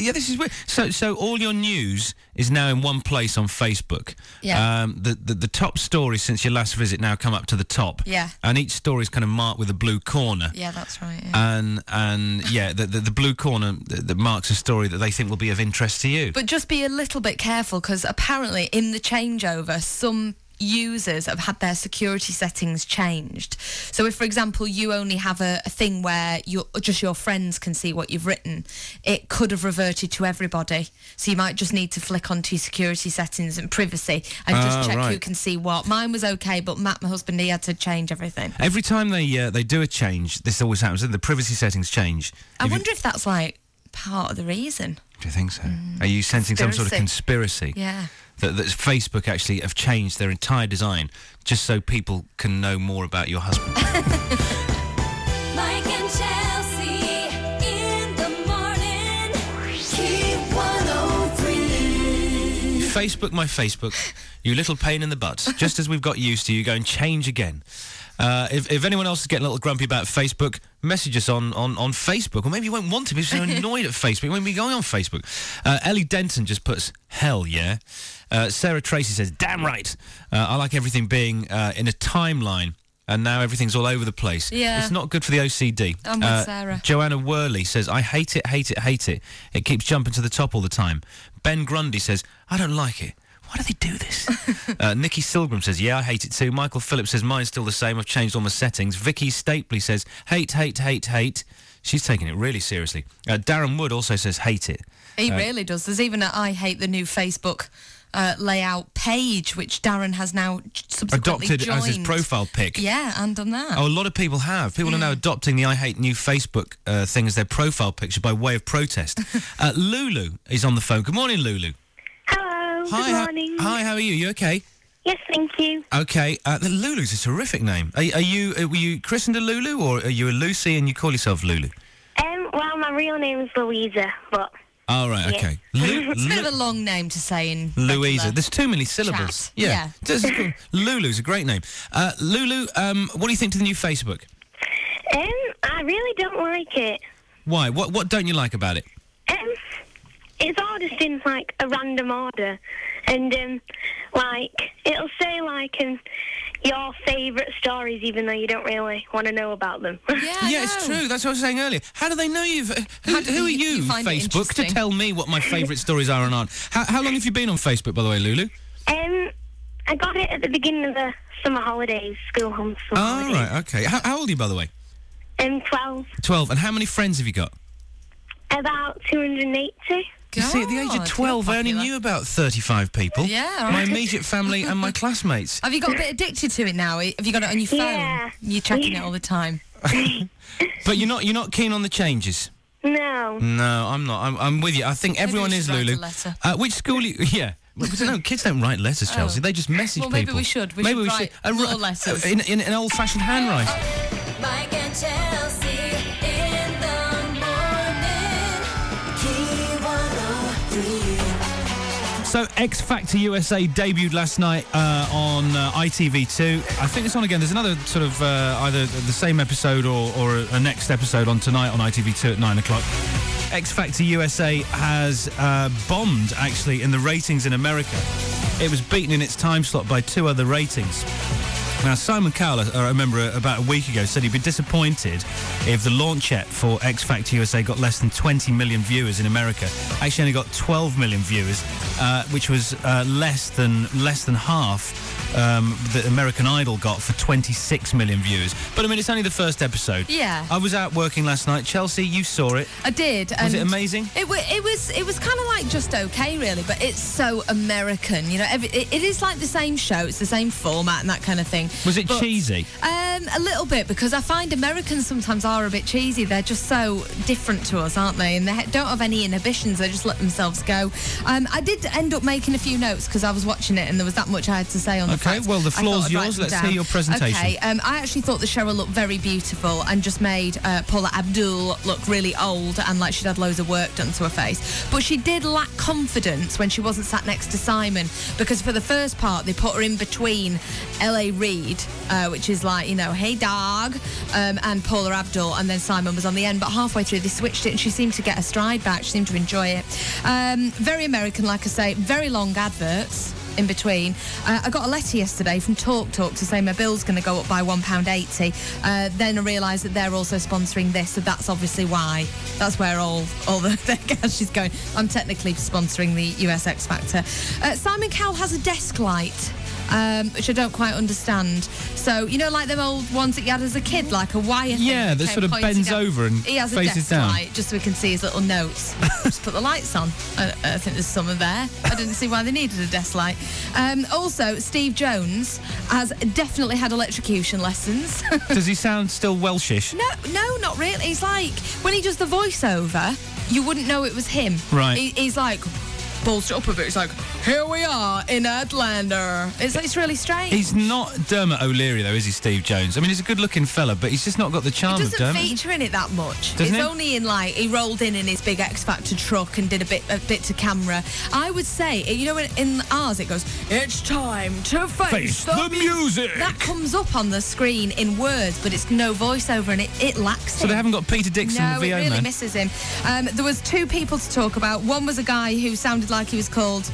S5: yeah, this is weird. So, so all your news is now in one place on Facebook.
S3: Yeah.
S5: Um, the, the the top stories since your last visit now come up to the top.
S3: Yeah.
S5: And each story is kind of marked with a blue corner.
S3: yeah, that's right. yeah.
S5: And and yeah, the the, the blue corner that, that marks a story that they think will be of interest to you.
S3: But just be a little bit careful because apparently in the changeover, some users have had their security settings changed. So if, for example, you only have a, a thing where your just your friends can see what you've written, it could have reverted to everybody. So you might just need to flick onto your security settings and privacy and
S5: Ah,
S3: just check who
S5: right.
S3: can see what. Mine was okay, but Matt, my husband, he had to change everything.
S5: Every time they uh, they do a change, this always happens. doesn't it? The privacy settings change.
S3: I
S5: If you-
S3: wonder if that's like part of the reason.
S5: do you think so?
S3: Hmm.
S5: Are you sensing some sort of conspiracy?
S3: Yeah.
S5: That, that Facebook actually have changed their entire design just so people can know more about your husband.
S4: Mike and Chelsea oh in the morning. Key 103.
S2: Facebook, my Facebook, you little pain in the butt. Just as we've got used to you, go and change again. Uh, if, if anyone else is getting a little grumpy about Facebook, message us on, on, on Facebook. Or maybe you won't want to because you're annoyed at Facebook. You won't be going on Facebook. Uh, Ellie Denton just puts, hell yeah. Uh, Sarah Tracy says, damn right. Uh, I like everything being uh, in a timeline. And now everything's all over the place.
S3: Yeah.
S2: It's not good for the OCD.
S3: I'm
S5: Uh,
S3: with Sarah.
S2: Joanna Worley says, I hate it, hate it, hate it. It keeps jumping to the top all the time. Ben Grundy says, I don't like it. Why do they do this? uh, Nikki Silgram says, Yeah, I hate it too. Michael Phillips says, Mine's still the same. I've changed all my settings. Vicky Stapley says, Hate, hate, hate, hate. She's taking it really seriously. Uh, Darren Wood also says, Hate it.
S3: He
S2: Uh,
S3: really does. There's even a I hate the new Facebook uh, layout page, which Darren has now j- subsequently
S2: Adopted
S3: joined.
S2: as his profile pic.
S3: Yeah, and done that.
S2: Oh, a lot of people have. People are now adopting the I Hate New Facebook uh, thing as their profile picture by way of protest. uh, Lulu is on the phone. Good morning, Lulu.
S12: Hello.
S2: hi,
S12: good
S2: ho-
S12: morning.
S2: hi, how are you? You okay?
S12: Yes, thank you.
S2: Okay, uh, the Lulu's a terrific name. Are, are you uh, were you christened a Lulu or are you a Lucy and you call yourself Lulu?
S12: Um, well, my real name is Louisa, but
S2: All right,
S12: Yeah.
S2: okay. Lu-
S3: it's a bit
S2: Lu-
S3: of a long name to say in
S2: Louisa.
S3: regular
S2: There's too many syllables.
S3: chat.
S2: Yeah. This is cool. Lulu's a great name. Uh, Lulu, um, what do you think to the new Facebook?
S12: um, I really don't like it.
S2: Why? What What don't you like about it?
S12: Um, it's all just in like a random order, and um, like it'll say like um, your favourite stories, even though you don't really want to know about them.
S3: Yeah,
S2: yeah, it's true. That's what I was saying earlier. How do they know you've? uh,
S3: How
S2: Who,
S3: do
S2: who are
S3: you-
S2: you,
S3: you find it
S2: Facebook, to
S3: interesting?
S2: tell me what my favourite stories are and aren't? How, how long have you been on Facebook, by the way, Lulu?
S12: um, I got it at the beginning of the summer holidays, school home summer
S2: All
S12: holidays.
S2: right, okay. How, how old are you, by the way?
S12: Um, twelve,
S2: Twelve. And how many friends have you got?
S12: about two hundred and eighty.
S2: You see, at the age
S3: God,
S2: of
S3: you're
S2: 12, I only
S3: popular.
S2: knew about 35 people.
S3: Yeah, all
S2: My
S3: right.
S2: immediate family and my classmates.
S3: Have you got a bit addicted to it now? Have you got it on your phone?
S12: Yeah.
S3: You're checking it
S12: Yeah.
S3: all the time.
S2: But you're not, you're not keen on the changes?
S12: No.
S2: No, I'm not. I'm, I'm with you. I think everyone
S3: we
S2: is,
S3: should write a
S2: Lulu.
S3: letter. Oh.
S2: Uh, which school you... Yeah. Well, but no, kids don't write letters, Chelsea. They just message
S3: Well,
S2: people.
S3: maybe we should. We should write
S2: A ri-
S3: more letters.
S2: In, in an old-fashioned handwriting.
S4: Mike and Chelsea in the morning. oh Key 103.
S2: So X Factor USA debuted last night uh, on uh, ITV2. I think it's on again. There's another sort of uh, either the same episode or, or a, a next episode on tonight on ITV2 at nine o'clock. X Factor USA has uh, bombed actually in the ratings in America. It was beaten in its time slot by two other ratings. Now, Simon Cowell, I I remember uh, about a week ago, said he'd be disappointed if the launchette for X Factor USA got less than 20 million viewers in America. Actually, only got 12 million uh, viewers, uh, which was uh, less than less than half um, that American Idol got for 26 million viewers. But I mean, it's only the first episode.
S3: Yeah.
S2: I was out working last night. Chelsea, you saw it.
S3: I did.
S2: Was it
S3: and
S2: amazing?
S3: It, wa it was. It was kind of like just okay, really. But it's so American, you know. Every, it, it is like the same show. It's the same format and that kind of thing.
S2: Was it
S3: But-
S2: cheesy?
S3: Um, a little bit because I find Americans sometimes are a bit cheesy. They're just so different to us, aren't they? And they ha- don't have any inhibitions. They just let themselves go. Um, I did end up making a few notes because I was watching it and there was that much I had to say on the
S2: Okay,
S3: facts.
S2: well, the
S3: I thought
S2: floor's
S3: I'd write
S2: yours.
S3: them
S2: Let's
S3: down.
S2: hear your presentation.
S3: Okay, um, I actually thought that Cheryl looked very beautiful and just made uh, Paula Abdul look really old and like she'd had loads of work done to her face. But she did lack confidence when she wasn't sat next to Simon because for the first part they put her in between L.A. Reid, uh, which is like you know, hey dog, um, and Paula Abdul, and then Simon was on the end. But halfway through they switched it and she seemed to get her stride back. She seemed to enjoy it. Um, very American, like I say. Very long adverts in between. Uh, I got a letter yesterday from Talk Talk to say my bill's going to go up by £1.80. Uh, then I realised that they're also sponsoring this, so that's obviously why. That's where all, all the, the cash is going. I'm technically sponsoring the US X Factor. Uh, Simon Cowell has a desk light. Um, which I don't quite understand. So you know, like them old ones that you had as a kid, like a wire. thing
S2: Yeah, that
S3: came
S2: sort of
S3: pointing
S2: bends
S3: out.
S2: over and
S3: he has
S2: faces
S3: a desk
S2: down.
S3: light just so we can see his little notes. just put the lights on. I, I think there's some in there. I didn't see why they needed a desk light. Um, also, Steve Jones has definitely had electrocution lessons.
S2: Does he sound still Welshish?
S3: no, no, not really. He's like when he does the voiceover, you wouldn't know it was him.
S2: Right.
S3: He, he's like. bolster up a bit. It's like, here we are in Atlanta. It's, it's really strange.
S2: He's not Dermot O'Leary, though, is he, Steve Jones? I mean, he's a good looking fella, but he's just not got the charm
S3: He
S2: of
S3: doesn't
S2: Dermot.
S3: feature in it that much.
S2: Doesn't
S3: it's
S2: he?
S3: only in like he rolled in in his big X Factor truck and did a bit a bit to camera. I would say, you know, in, in ours it goes, "It's time to face,
S4: Face the
S3: mu-"
S4: music.
S3: That comes up on the screen in words, but it's no voiceover and it, it lacks.
S2: So
S3: it.
S2: they haven't got Peter Dixon,
S3: No,
S2: the VO
S3: it really
S2: man?
S3: misses him. Um, there was two people to talk about. One was a guy who sounded like he was called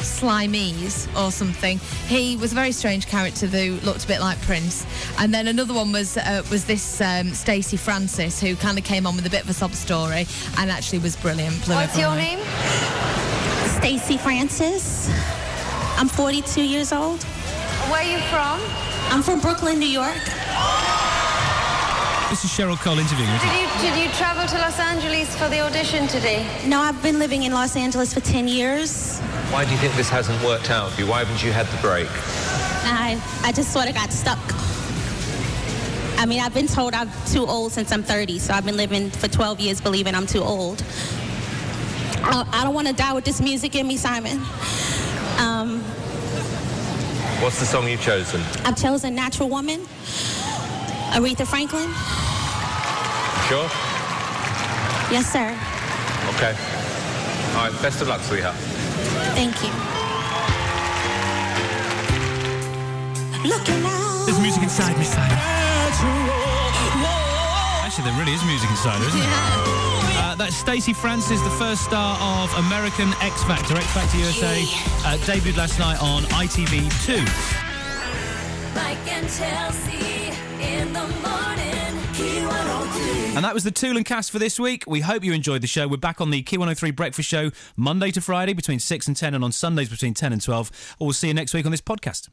S3: Slimies or something. He was a very strange character who looked a bit like Prince. And then another one was uh, was this um, Stacey Francis who kind of came on with a bit of a sob story and actually was brilliant. Blew
S12: What's your
S3: everyone away.
S12: name? Stacy Francis. I'm 42 years old. Where are you from? I'm from Brooklyn, New York.
S2: This is Cheryl Cole interviewing. isn't
S12: Did
S2: it?
S12: you did you travel to Los Angeles for the audition today? No, I've been living in Los Angeles for 10 years.
S10: Why do you think this hasn't worked out for you? Why haven't you had the break?
S12: I I just sort of got stuck. I mean, I've been told I'm too old since I'm 30, so I've been living for 12 years believing I'm too old. I, I don't want to die with this music in me, Simon. Um,
S10: What's the song you've chosen?
S12: I've chosen Natural Woman, Aretha Franklin.
S10: Sure?
S12: Yes, sir.
S10: Okay. All right, best of luck, sweetheart.
S12: Thank you.
S2: There's music inside me, Simon. Actually, there really is music inside, her, isn't there? Uh, that's Stacey Francis, the first star of American X Factor. X Factor USA uh, debuted last night on ITV2.
S4: Mike and Chelsea in the morning. Q102.
S2: And that was the Tool and cast for this week. We hope you enjoyed the show. We're back on the Q103 Breakfast Show Monday to Friday between 6 and 10 and on Sundays between 10 and 12. We'll see you next week on this podcast.